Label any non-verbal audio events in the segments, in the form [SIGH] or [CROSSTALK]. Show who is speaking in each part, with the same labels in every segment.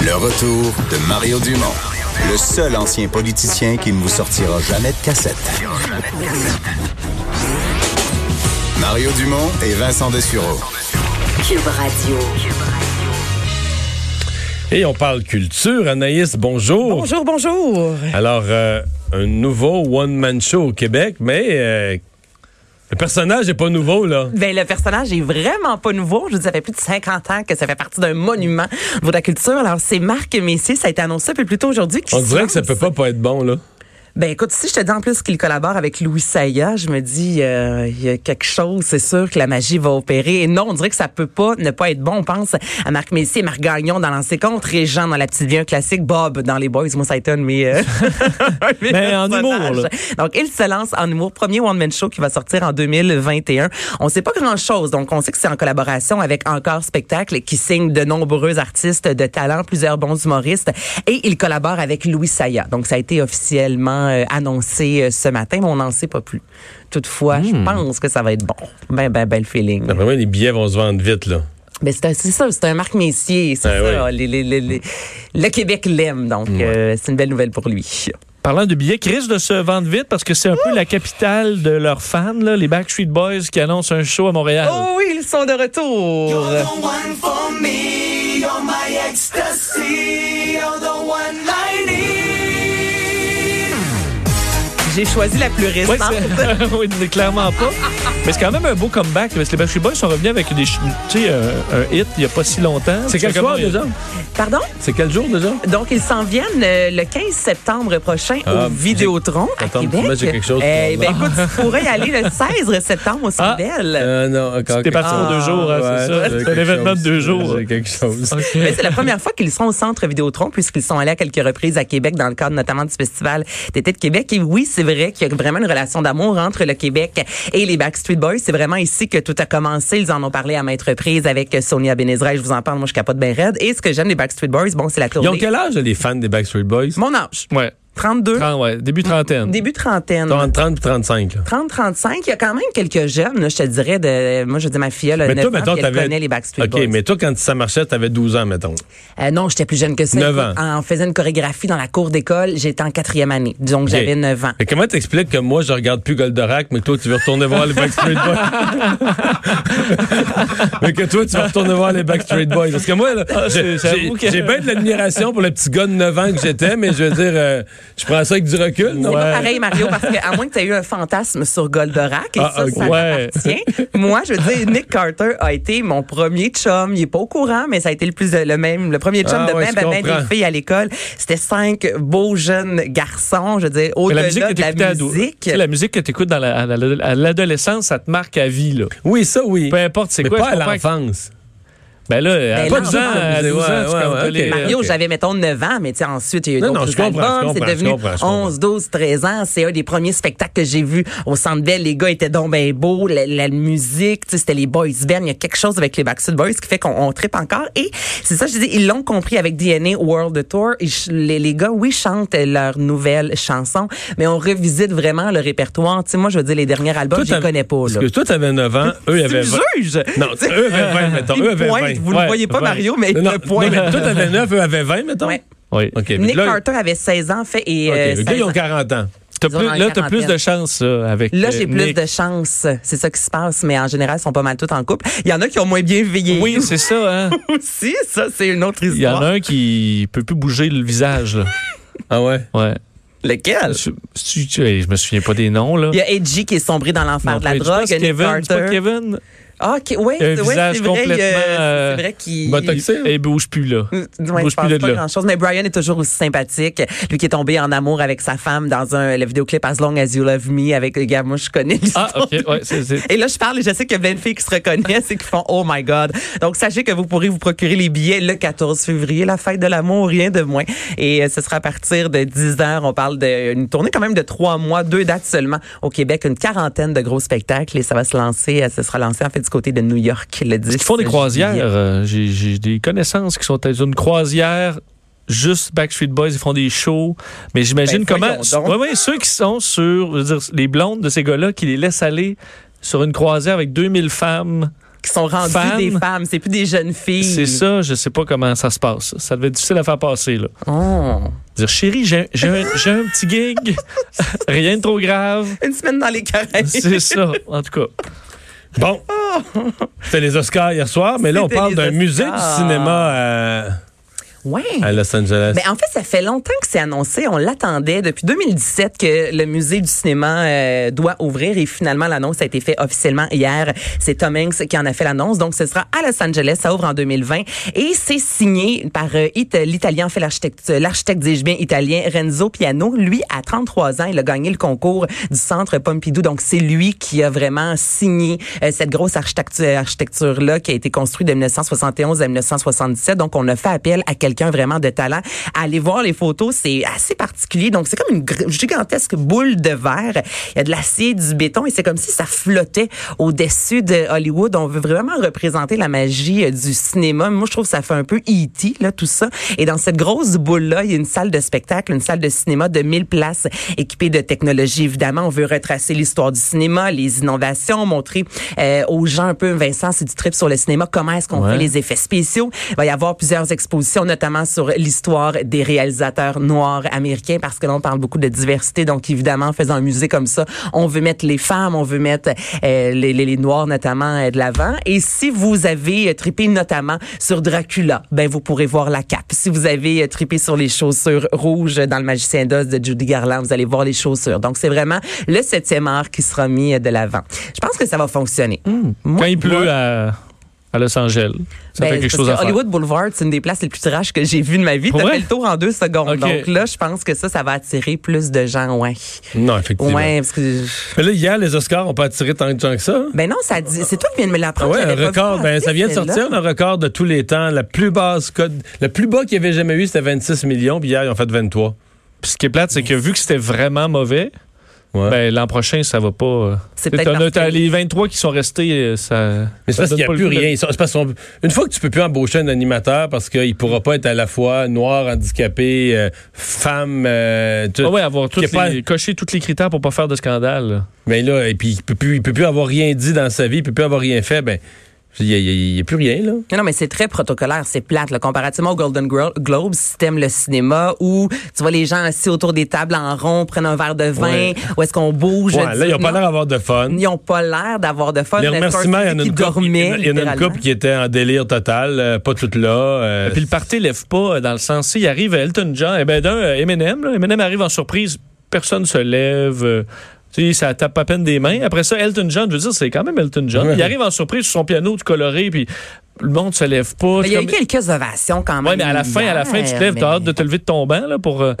Speaker 1: Le retour de Mario Dumont, le seul ancien politicien qui ne vous sortira jamais de cassette. Mario Dumont et Vincent Dessureau.
Speaker 2: Cube Radio.
Speaker 3: Et on parle culture. Anaïs, bonjour.
Speaker 4: Bonjour, bonjour.
Speaker 3: Alors, euh, un nouveau one-man show au Québec, mais euh, le personnage n'est pas nouveau, là.
Speaker 4: Ben, le personnage est vraiment pas nouveau. Je vous dis, ça fait plus de 50 ans que ça fait partie d'un monument pour la culture. Alors, c'est Marc Messier, ça a été annoncé un peu plus tôt aujourd'hui. qu'il
Speaker 3: On
Speaker 4: se
Speaker 3: dirait que ça
Speaker 4: lance.
Speaker 3: peut pas, pas être bon, là.
Speaker 4: Ben, écoute, si je te dis en plus qu'il collabore avec Louis Saya, je me dis, euh, il y a quelque chose, c'est sûr que la magie va opérer. Et non, on dirait que ça peut pas ne pas être bon. On pense à Marc Messier, Marc Gagnon dans l'ancien compte, Régent dans la petite vie, un classique, Bob dans les Boys. Moi, ça a été un de mes, euh, [LAUGHS] un de mes
Speaker 5: Mais
Speaker 3: Ben,
Speaker 5: en humour,
Speaker 4: personnages.
Speaker 5: là.
Speaker 4: [LAUGHS] Donc, il se lance en humour. Premier One Man Show qui va sortir en 2021. On sait pas grand chose. Donc, on sait que c'est en collaboration avec Encore Spectacle qui signe de nombreux artistes de talent, plusieurs bons humoristes. Et il collabore avec Louis Saya. Donc, ça a été officiellement euh, annoncé euh, ce matin, mais on n'en sait pas plus. Toutefois, je pense que ça va être bon. Ben, ben, Hmm. ben, le feeling.
Speaker 3: D'après moi, les billets vont se vendre vite, là.
Speaker 4: Mais c'est un- c'est ça, c'est un Marc Messier. C'est
Speaker 3: Ben
Speaker 4: ça. Les- les- les- les- le Québec l'aime. Donc, euh, c'est une belle nouvelle pour lui.
Speaker 5: Parlant de billets qui risquent de se vendre vite parce que c'est un peu la capitale de leurs fans, là, les Backstreet Boys qui annoncent un show à Montréal.
Speaker 4: Oh oui, ils sont de retour. J'ai choisi la plus
Speaker 5: Ouais,
Speaker 4: récente.
Speaker 5: c'est- [LAUGHS] oui, c'est clairement pas. Mais c'est quand même un beau comeback. Parce que les Backstreet Boys sont revenus avec des, ch- tu sais, euh, un hit il n'y a pas si longtemps.
Speaker 3: C'est quel
Speaker 5: quelque
Speaker 3: soir, déjà?
Speaker 4: [LAUGHS] Pardon?
Speaker 3: C'est quel jour, déjà?
Speaker 4: Donc, ils s'en viennent euh, le 15 septembre prochain
Speaker 3: Ah,
Speaker 4: au Vidéotron à
Speaker 3: attends,
Speaker 4: Québec.
Speaker 3: moi, j'ai quelque chose
Speaker 4: Eh
Speaker 3: pour
Speaker 4: ben, écoute, tu pourrais y aller le 16 septembre au
Speaker 5: Ah,
Speaker 4: Sandel.
Speaker 3: Euh, non, encore.
Speaker 5: T'es parti
Speaker 4: Ah,
Speaker 5: pour deux jours, hein, c'est
Speaker 3: Ouais,
Speaker 5: ça? C'est un événement de deux
Speaker 3: quelque chose.
Speaker 5: jours.
Speaker 3: C'est quelque chose.
Speaker 4: [LAUGHS] Mais c'est la première fois qu'ils seront au centre Vidéotron puisqu'ils sont allés à quelques reprises à Québec dans le cadre notamment du festival d'été de Québec. Et oui, c'est vrai qu'il y a vraiment une relation d'amour entre le Québec et les Backstreet Boys. C'est vraiment ici que tout a commencé. Ils en ont parlé à maintes reprises avec Sonia Benezra. Je vous en parle, moi je capote bien raide. Et ce que j'aime des Backstreet Boys, bon, c'est la
Speaker 3: Ils ont
Speaker 4: tournée.
Speaker 3: quel âge, les fans des Backstreet Boys?
Speaker 4: Mon âge,
Speaker 5: Ouais.
Speaker 4: 32,
Speaker 5: Trente, ouais. Début
Speaker 3: Euh,
Speaker 5: trentaine.
Speaker 4: début trentaine.
Speaker 3: Ils ont entre 30 et 35, là.
Speaker 4: 30-35, il y a quand même quelques jeunes, là, je te dirais, de, moi, je dis ma fille, elle a 9 ans, puis elle connaît les Backstreet
Speaker 3: OK,
Speaker 4: Boys.
Speaker 3: mais toi, quand ça marchait, t'avais 12 ans, mettons.
Speaker 4: Euh, non, j'étais plus jeune que ça.
Speaker 3: Neuf
Speaker 4: Écoute, On faisait une chorégraphie dans la cour d'école. J'étais en quatrième année. Disons que
Speaker 3: Ok.
Speaker 4: j'avais 9 ans.
Speaker 3: Fait que comment t'expliques que moi, je regarde plus Goldorak, mais que toi, tu veux retourner voir les Backstreet Boys?
Speaker 5: [LAUGHS]
Speaker 3: mais que toi, tu veux retourner voir les Backstreet Boys. Parce que moi, là, j'ai
Speaker 5: Ah, c'est- j'avoue
Speaker 3: j'ai-
Speaker 5: que-
Speaker 3: j'ai bien de l'admiration pour le petit gars de 9 ans que j'étais, mais je veux dire, euh, je prends ça avec du recul.
Speaker 4: C'est
Speaker 3: non?
Speaker 4: pas pareil, Mario, parce qu'à moins que tu aies eu un fantasme sur Goldorak, et
Speaker 3: Ah,
Speaker 4: ça,
Speaker 3: ok.
Speaker 4: ça
Speaker 5: Ouais.
Speaker 4: m'appartient. Moi, je veux dire, Nick Carter a été mon premier chum. Il est pas au courant, mais ça a été le plus le même, le premier chum
Speaker 3: Ah,
Speaker 4: de
Speaker 3: ouais,
Speaker 4: ben,
Speaker 3: je
Speaker 4: ben, ben
Speaker 3: comprends.
Speaker 4: des filles à l'école. C'était cinq beaux jeunes garçons. Je veux dire,
Speaker 5: Mais
Speaker 4: au-delà
Speaker 5: la musique que
Speaker 4: de la
Speaker 5: t'écoutais à dos-
Speaker 4: musique.
Speaker 5: tu sais, La musique que t'écoutes dans la- à la- à l'adolescence, ça te marque à vie, là.
Speaker 3: Oui, ça, oui.
Speaker 5: Peu importe c'est
Speaker 3: mais
Speaker 5: quoi.
Speaker 3: pas
Speaker 5: je
Speaker 3: à
Speaker 5: comprends que-
Speaker 3: l'enfance.
Speaker 5: Ben là, à
Speaker 4: Ben
Speaker 5: 12 ans,
Speaker 4: non.
Speaker 5: à
Speaker 3: Ouais,
Speaker 5: 12 ans, tu
Speaker 3: ouais,
Speaker 5: comme
Speaker 3: ouais,
Speaker 5: t'as les-
Speaker 3: ok.
Speaker 4: Mario, j'avais, mettons, 9 ans, mais tu sais, ensuite, il y a eu
Speaker 3: Non, non,
Speaker 4: d'autres
Speaker 3: je comprends, je
Speaker 4: albums. C'est
Speaker 3: comprends,
Speaker 4: devenu
Speaker 3: je comprends, je comprends.
Speaker 4: 11, 12, 13 ans. C'est un des premiers spectacles que j'ai vus au Centre Bell. Les gars étaient donc ben beaux. La, la musique, tu sais, c'était les boys band. Il y a quelque chose avec les Backstreet Boys qui fait qu'on on trippe encore. Et c'est ça, je dis, ils l'ont compris avec DNA World Tour. Ils ch- les, les gars, oui, chantent leurs nouvelles chansons, mais on revisite vraiment le répertoire. Tu sais, moi, je veux dire, les derniers albums,
Speaker 3: Toi,
Speaker 4: je les
Speaker 3: t'avais-
Speaker 4: connais pas,
Speaker 3: Parce
Speaker 4: là.
Speaker 3: que toi, t'avais 9 ans, eux, ils avaient 20.
Speaker 4: juges!
Speaker 5: Ben,
Speaker 3: Non, eux avaient 20, mettons.
Speaker 4: Il
Speaker 3: Eux avaient
Speaker 4: pointe,
Speaker 3: 20.
Speaker 4: vous ne le
Speaker 5: Ouais,
Speaker 4: voyez pas,
Speaker 5: ouais.
Speaker 4: Mario, mais
Speaker 3: Non,
Speaker 4: il
Speaker 3: non,
Speaker 4: le pointe.
Speaker 3: mais toi, t'avais 9, eux avaient 20, mettons?
Speaker 4: Ouais.
Speaker 5: Oui.
Speaker 3: OK. mais
Speaker 4: Nick
Speaker 3: là,
Speaker 4: Carter avait 16 ans, fait et
Speaker 3: OK,
Speaker 4: euh,
Speaker 3: le gars,
Speaker 4: 16
Speaker 3: ils
Speaker 4: ans.
Speaker 3: ont 40 ans.
Speaker 5: T'as
Speaker 4: Disons
Speaker 5: plus-
Speaker 4: dans les
Speaker 5: là, t'as plus
Speaker 4: quarantaines.
Speaker 5: de chance là, avec
Speaker 4: Là,
Speaker 5: euh,
Speaker 4: j'ai plus
Speaker 5: Nick.
Speaker 4: de chance. C'est ça qui se passe, mais en général, ils sont pas mal tous en couple. Il y en a qui ont moins bien veillé.
Speaker 5: Oui, c'est ça. Hein?
Speaker 4: [LAUGHS] aussi, ça, c'est une autre
Speaker 5: Il y en
Speaker 4: histoire.
Speaker 5: a un qui peut plus bouger le visage. Là.
Speaker 3: Ah ouais?
Speaker 5: Ouais.
Speaker 4: Lequel?
Speaker 5: Je, tu- tu- hey, je me souviens pas des noms là.
Speaker 4: Il y a Edgy qui est sombré dans l'enfer
Speaker 5: Non,
Speaker 4: de la
Speaker 5: Paige,
Speaker 4: drogue.
Speaker 5: c'est pas
Speaker 4: Nick
Speaker 5: Kevin, c'est pas
Speaker 4: Carter.
Speaker 5: Kevin.
Speaker 4: Ah, OK, oui,
Speaker 5: Il a un
Speaker 4: ouais, c'est vrai.
Speaker 5: visage
Speaker 4: il,
Speaker 5: complètement,
Speaker 4: euh,
Speaker 5: euh,
Speaker 4: C'est vrai qu'il...
Speaker 3: botoxé.
Speaker 5: Et il bouge plus, là.
Speaker 4: Ouais, je
Speaker 5: bouge
Speaker 4: pense
Speaker 5: plus de
Speaker 4: pas
Speaker 5: là.
Speaker 4: grand-chose. Mais Brian est toujours aussi sympathique. Lui qui est tombé en amour avec sa femme dans un, le vidéoclip As Long As You Love Me avec le gars, moi, je connais l'histoire.
Speaker 5: Ah, OK, ouais,
Speaker 4: [LAUGHS]
Speaker 5: c'est- c'est-
Speaker 4: Et là, je parle et je sais qu'il y a plein de filles qui se reconnaissent et qui font Oh my God. Donc, sachez que vous pourrez vous procurer les billets le 14 février, la fête de l'amour, rien de moins. Et euh, ce sera à partir de 10 heures. On parle d'une tournée quand même de trois mois, deux dates seulement au Québec, une quarantaine de gros spectacles et ça va se lancer, euh, ça sera lancé en fait du côté de New York le 10
Speaker 5: Ils font des
Speaker 4: juillet.
Speaker 5: croisières. euh, J'ai j'ai des connaissances qui sont à une croisière. Juste Backstreet Boys, ils font des shows. Mais
Speaker 4: Ben,
Speaker 5: j'imagine comment.
Speaker 4: voyons donc.
Speaker 5: Oui, oui, ceux qui sont sur. je veux dire, les blondes de ces gars-là qui les laissent aller sur une croisière avec 2000 femmes.
Speaker 4: Qui sont rendues
Speaker 5: Femmes.
Speaker 4: des femmes, c'est plus des jeunes filles.
Speaker 5: C'est ça, je sais pas comment ça se passe. Ça devait être difficile à faire passer, là.
Speaker 4: Oh.
Speaker 5: Dire, chérie, j'ai j'ai un, j'ai un petit gig. [LAUGHS] Rien de trop grave.
Speaker 4: Une semaine dans les Caraïbes.
Speaker 5: C'est ça, en tout cas.
Speaker 3: Bon. C'était les Oscars hier soir, mais là, on
Speaker 4: Oh! C'était
Speaker 3: parle
Speaker 4: les
Speaker 3: d'un
Speaker 4: Oscars.
Speaker 3: musée du cinéma à,
Speaker 4: Ouais.
Speaker 3: à Los Angeles.
Speaker 4: Ben, en fait, ça fait longtemps que c'est annoncé. On l'attendait depuis 2017 que le musée du cinéma euh, doit ouvrir et finalement l'annonce a été faite officiellement hier. C'est Tom Hanks qui en a fait l'annonce. Donc, ce sera à Los Angeles. Ça ouvre en 2020 et c'est signé par euh, It- l'Italien, en fait l'architecte, euh, l'architecte dis-je bien italien Renzo Piano. Lui, à 33 ans, il a gagné le concours du Centre Pompidou. Donc, c'est lui qui a vraiment signé euh, cette grosse architectu- architecture-là qui a été construite de 1971 à 1977. Donc, on a fait appel à quelqu'un vraiment de talent. Allez voir les photos, c'est assez particulier. Donc, c'est comme une gr- gigantesque boule de verre. Il y a de l'acier, du béton et c'est comme si ça flottait au-dessus de Hollywood. On veut vraiment représenter la magie euh, du cinéma. Moi, je trouve que ça fait un peu E.T., là, tout ça. Et dans cette grosse boule-là, il y a une salle de spectacle, une salle de cinéma de 1000 places équipée de technologie. Évidemment, on veut retracer l'histoire du cinéma, les innovations, montrer euh, aux gens un peu, Vincent, c'est du trip sur le cinéma, comment est-ce qu'on
Speaker 5: Ouais.
Speaker 4: fait les effets spéciaux. Il va y avoir plusieurs expositions, notamment sur l'histoire des réalisateurs noirs américains, parce que là, on parle beaucoup de diversité. Donc, évidemment, en faisant un musée comme ça, on veut mettre les femmes, on veut mettre euh, les, les- les noirs, notamment, euh, de l'avant. Et si vous avez euh, trippé notamment sur Dracula, ben, vous pourrez voir la cape. Si vous avez euh, trippé sur les chaussures rouges dans Le Magicien d'Oz de Judy Garland, vous allez voir les chaussures. Donc, c'est vraiment le septième art qui sera mis euh, de l'avant. Je pense que ça va fonctionner. Moi,
Speaker 5: Quand il pleut à, à Los Angeles, ça
Speaker 4: ben,
Speaker 5: fait quelque
Speaker 4: parce
Speaker 5: chose
Speaker 4: que
Speaker 5: à faire.
Speaker 4: Hollywood Boulevard, c'est une des places les plus trash que j'ai vues de ma vie.
Speaker 5: Pour
Speaker 4: T'as
Speaker 5: vrai?
Speaker 4: fait le tour en deux secondes.
Speaker 5: Ok.
Speaker 4: Donc là, je pense que ça, ça va attirer plus de gens, ouais.
Speaker 3: Non, effectivement.
Speaker 4: Ouais, parce que...
Speaker 3: Mais là, hier, les Oscars, on peut attirer tant de gens que ça. hein?
Speaker 4: Ben non, ça dit... C'est toi qui viens de me l'apprendre.
Speaker 3: ouais, un
Speaker 4: j'avais pas
Speaker 3: record.
Speaker 4: vu
Speaker 3: Ben,
Speaker 4: passer,
Speaker 3: ça vient de
Speaker 4: celle-là.
Speaker 3: sortir un record de tous les temps. La plus basse code, le plus bas qu'il y avait jamais eu, c'était 26 millions, puis hier, ils ont fait 23.
Speaker 5: Puis ce qui est plate, c'est que vu que c'était vraiment mauvais,
Speaker 3: Ouais.
Speaker 5: ben, l'an prochain, ça va pas. euh,
Speaker 4: C'est
Speaker 5: t'sais,
Speaker 4: peut-être
Speaker 5: t'en as-
Speaker 4: parce que-
Speaker 5: t'as Les 23 qui sont restés, euh, ça.
Speaker 3: Mais c'est
Speaker 5: ça
Speaker 3: parce qu'il
Speaker 5: donne
Speaker 3: n'y a
Speaker 5: pas le
Speaker 3: plus
Speaker 5: goût de-
Speaker 3: rien. Ils sont- c'est parce qu'on- une fois que tu peux plus embaucher un animateur parce qu'il ne pourra pas être à la fois noir, handicapé, euh, femme. euh, tout.
Speaker 5: Ah ouais, avoir toutes
Speaker 3: Il y a pas-
Speaker 5: les- cocher tous les critères pour pas faire de scandale. là.
Speaker 3: Mais Ben là, et puis il peut plus, il peut plus avoir rien dit dans sa vie, il peut plus avoir rien fait. Ben, il n'y a, plus rien là.
Speaker 4: Non, non, mais c'est très protocolaire, c'est plate. Là. Comparativement au Golden Gro- Globes, si t'aimes le cinéma, où tu vois les gens assis autour des tables en rond, prennent un verre de vin,
Speaker 3: Ouais.
Speaker 4: où est-ce qu'on bouge.
Speaker 3: Ouais, là, ils n'ont pas l'air d'avoir de fun.
Speaker 4: Ils ont pas l'air d'avoir de fun.
Speaker 3: Les
Speaker 4: Le
Speaker 3: remerciements, il y en a une
Speaker 4: Scorsese qui
Speaker 3: couple, il y en
Speaker 4: dormait,
Speaker 3: a- il y en a une
Speaker 4: littéralement.
Speaker 3: couple qui était en délire total, euh, pas toute là. euh,
Speaker 5: Puis le party lève pas euh, dans le sens. Il arrive Elton John, et ben d'un, euh, Eminem, là, Eminem arrive en surprise, personne se lève. euh, tu sais, ça tape à peine des mains. Après ça, Elton John, je veux dire, c'est quand même Elton John.
Speaker 3: Ouais.
Speaker 5: Il arrive en surprise sur son piano tout coloré, puis le monde se lève pas.
Speaker 4: Mais
Speaker 5: C'est
Speaker 4: il y a eu
Speaker 5: comme-
Speaker 4: quelques ovations quand même.
Speaker 5: Ouais, mais à la fin, à la fin, tu te lèves,
Speaker 4: hier,
Speaker 5: t'as hâte
Speaker 4: mais-
Speaker 5: de te lever de ton banc là, pour,
Speaker 4: [LAUGHS]
Speaker 5: euh,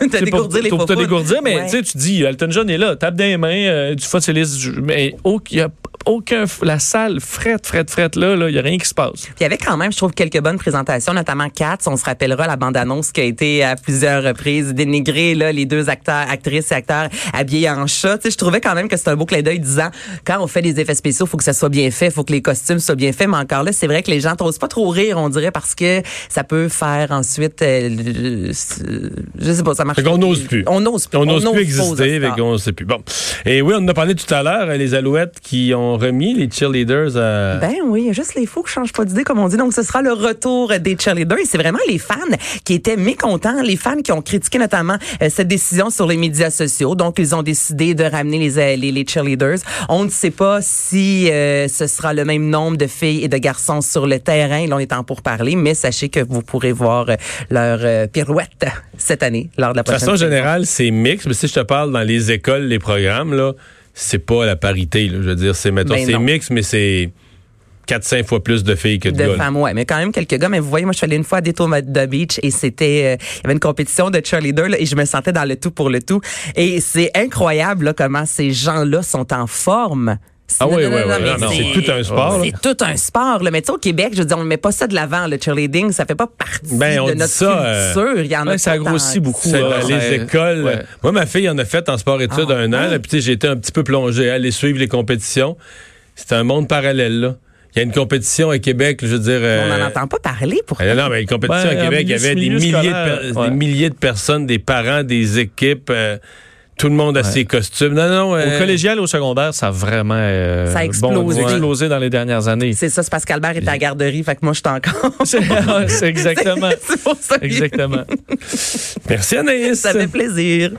Speaker 4: T'as
Speaker 5: C'est pour-
Speaker 4: dégourdi les
Speaker 5: pour te
Speaker 4: faux-fous.
Speaker 5: dégourdir, mais
Speaker 4: Ouais.
Speaker 5: tu sais, tu dis, Elton John est là, tape des mains, euh, du faciliste, du- mais au- il y a aucun, la salle frette, frette, frette, là, là, il n'y a rien qui se passe.
Speaker 4: Puis il y avait quand même, je trouve, quelques bonnes présentations, notamment Katz. On se rappellera la bande-annonce qui a été à plusieurs reprises dénigrée, là, les deux acteurs, actrices et acteurs habillés en chat. Tu sais, je trouvais quand même que c'est un beau clin d'œil disant, quand on fait des effets spéciaux, faut que ça soit bien fait, faut que les costumes soient bien faits. Mais encore là, c'est vrai que les gens n'osent pas trop rire, on dirait, parce que ça peut faire ensuite, euh, le- le- je sais pas, ça marche.
Speaker 3: Fait qu'on n'ose plus.
Speaker 4: On n'ose plus.
Speaker 3: On n'ose plus
Speaker 4: pas aux
Speaker 3: exister, fait
Speaker 4: Oscars.
Speaker 3: qu'on sait plus. Bon. Et oui, on en a parlé tout à l'heure, euh, les Alouettes qui ont remis les cheerleaders à.
Speaker 4: Ben oui, il y a juste les fous qui changent pas d'idée, comme on dit. Donc, ce sera le retour des cheerleaders. Et c'est vraiment les fans qui étaient mécontents, les fans qui ont critiqué notamment euh, cette décision sur les médias sociaux. Donc, ils ont décidé de ramener les, euh, les, les cheerleaders. On ne sait pas si euh, ce sera le même nombre de filles et de garçons sur le terrain. Là, on est en pour parler, mais sachez que vous pourrez voir euh, leur euh, pirouette cette année lors de la
Speaker 3: de
Speaker 4: prochaine.
Speaker 3: façon générale, c'est mixte, mais si je te parle dans les écoles, les programmes, là, c'est pas la parité. là. Je veux dire, c'est mettons,
Speaker 4: Ben
Speaker 3: c'est
Speaker 4: non.
Speaker 3: mixte, mais c'est. 4-5 fois plus de filles que de,
Speaker 4: de
Speaker 3: gars. là.
Speaker 4: femmes, ouais, mais quand même quelques gars. Mais vous voyez, moi, je suis allée une fois à Daytona Beach et c'était, euh, il y avait une compétition de cheerleader là, et je me sentais dans le tout pour le tout. Et c'est incroyable là, comment ces gens-là sont en forme.
Speaker 3: Ah
Speaker 4: Non,
Speaker 3: oui,
Speaker 4: non,
Speaker 3: oui,
Speaker 4: non,
Speaker 3: oui,
Speaker 4: non, mais
Speaker 3: non, non, c'est tout un sport, là.
Speaker 4: C'est tout un sport. Là. Mais tu sais, au Québec, je veux dire, on ne met pas ça de l'avant. Le cheerleading, ça fait pas partie
Speaker 3: Ben, on
Speaker 4: de
Speaker 3: dit
Speaker 4: notre
Speaker 3: ça, euh,
Speaker 4: culture. Il y en a
Speaker 5: ouais, ça
Speaker 4: pas tant
Speaker 5: grossit
Speaker 4: que
Speaker 5: beaucoup. euh,
Speaker 3: C'est
Speaker 5: Ouais,
Speaker 3: dans
Speaker 5: ouais.
Speaker 3: les écoles.
Speaker 5: Ouais.
Speaker 3: Moi, ma fille en a fait en sport-études
Speaker 4: Ah,
Speaker 3: un an, là, puis tu sais, j'ai été un petit peu plongé à aller suivre les compétitions. C'est un monde parallèle, là. Il y a une compétition à Québec, je veux dire.
Speaker 4: On
Speaker 3: euh,
Speaker 4: n'en entend pas parler pour
Speaker 3: Ah, Non, non, mais les compétitions
Speaker 5: Ben,
Speaker 3: à Québec, il y
Speaker 5: milieu-
Speaker 3: avait des
Speaker 5: milieu
Speaker 3: milliers, de
Speaker 5: scolaire,
Speaker 3: per-
Speaker 5: ouais.
Speaker 3: des milliers de personnes, des parents, des équipes. euh, tout le monde a ses costumes. Non, non.
Speaker 5: Au
Speaker 3: euh,
Speaker 5: collégial, au secondaire, ça a vraiment euh,
Speaker 4: Ça a
Speaker 5: bon,
Speaker 4: explosé.
Speaker 5: explosé dans les
Speaker 4: [LAUGHS]
Speaker 5: dernières années.
Speaker 4: C'est ça, c'est parce qu'Albert est à
Speaker 3: euh,
Speaker 4: la garderie, fait que moi, je suis encore.
Speaker 3: [LAUGHS] ah,
Speaker 4: [LAUGHS]
Speaker 5: C'est c'est exactement.
Speaker 4: c'est pour ça. que
Speaker 5: Exactement.
Speaker 3: Merci, Anaïs.
Speaker 4: Ça fait plaisir.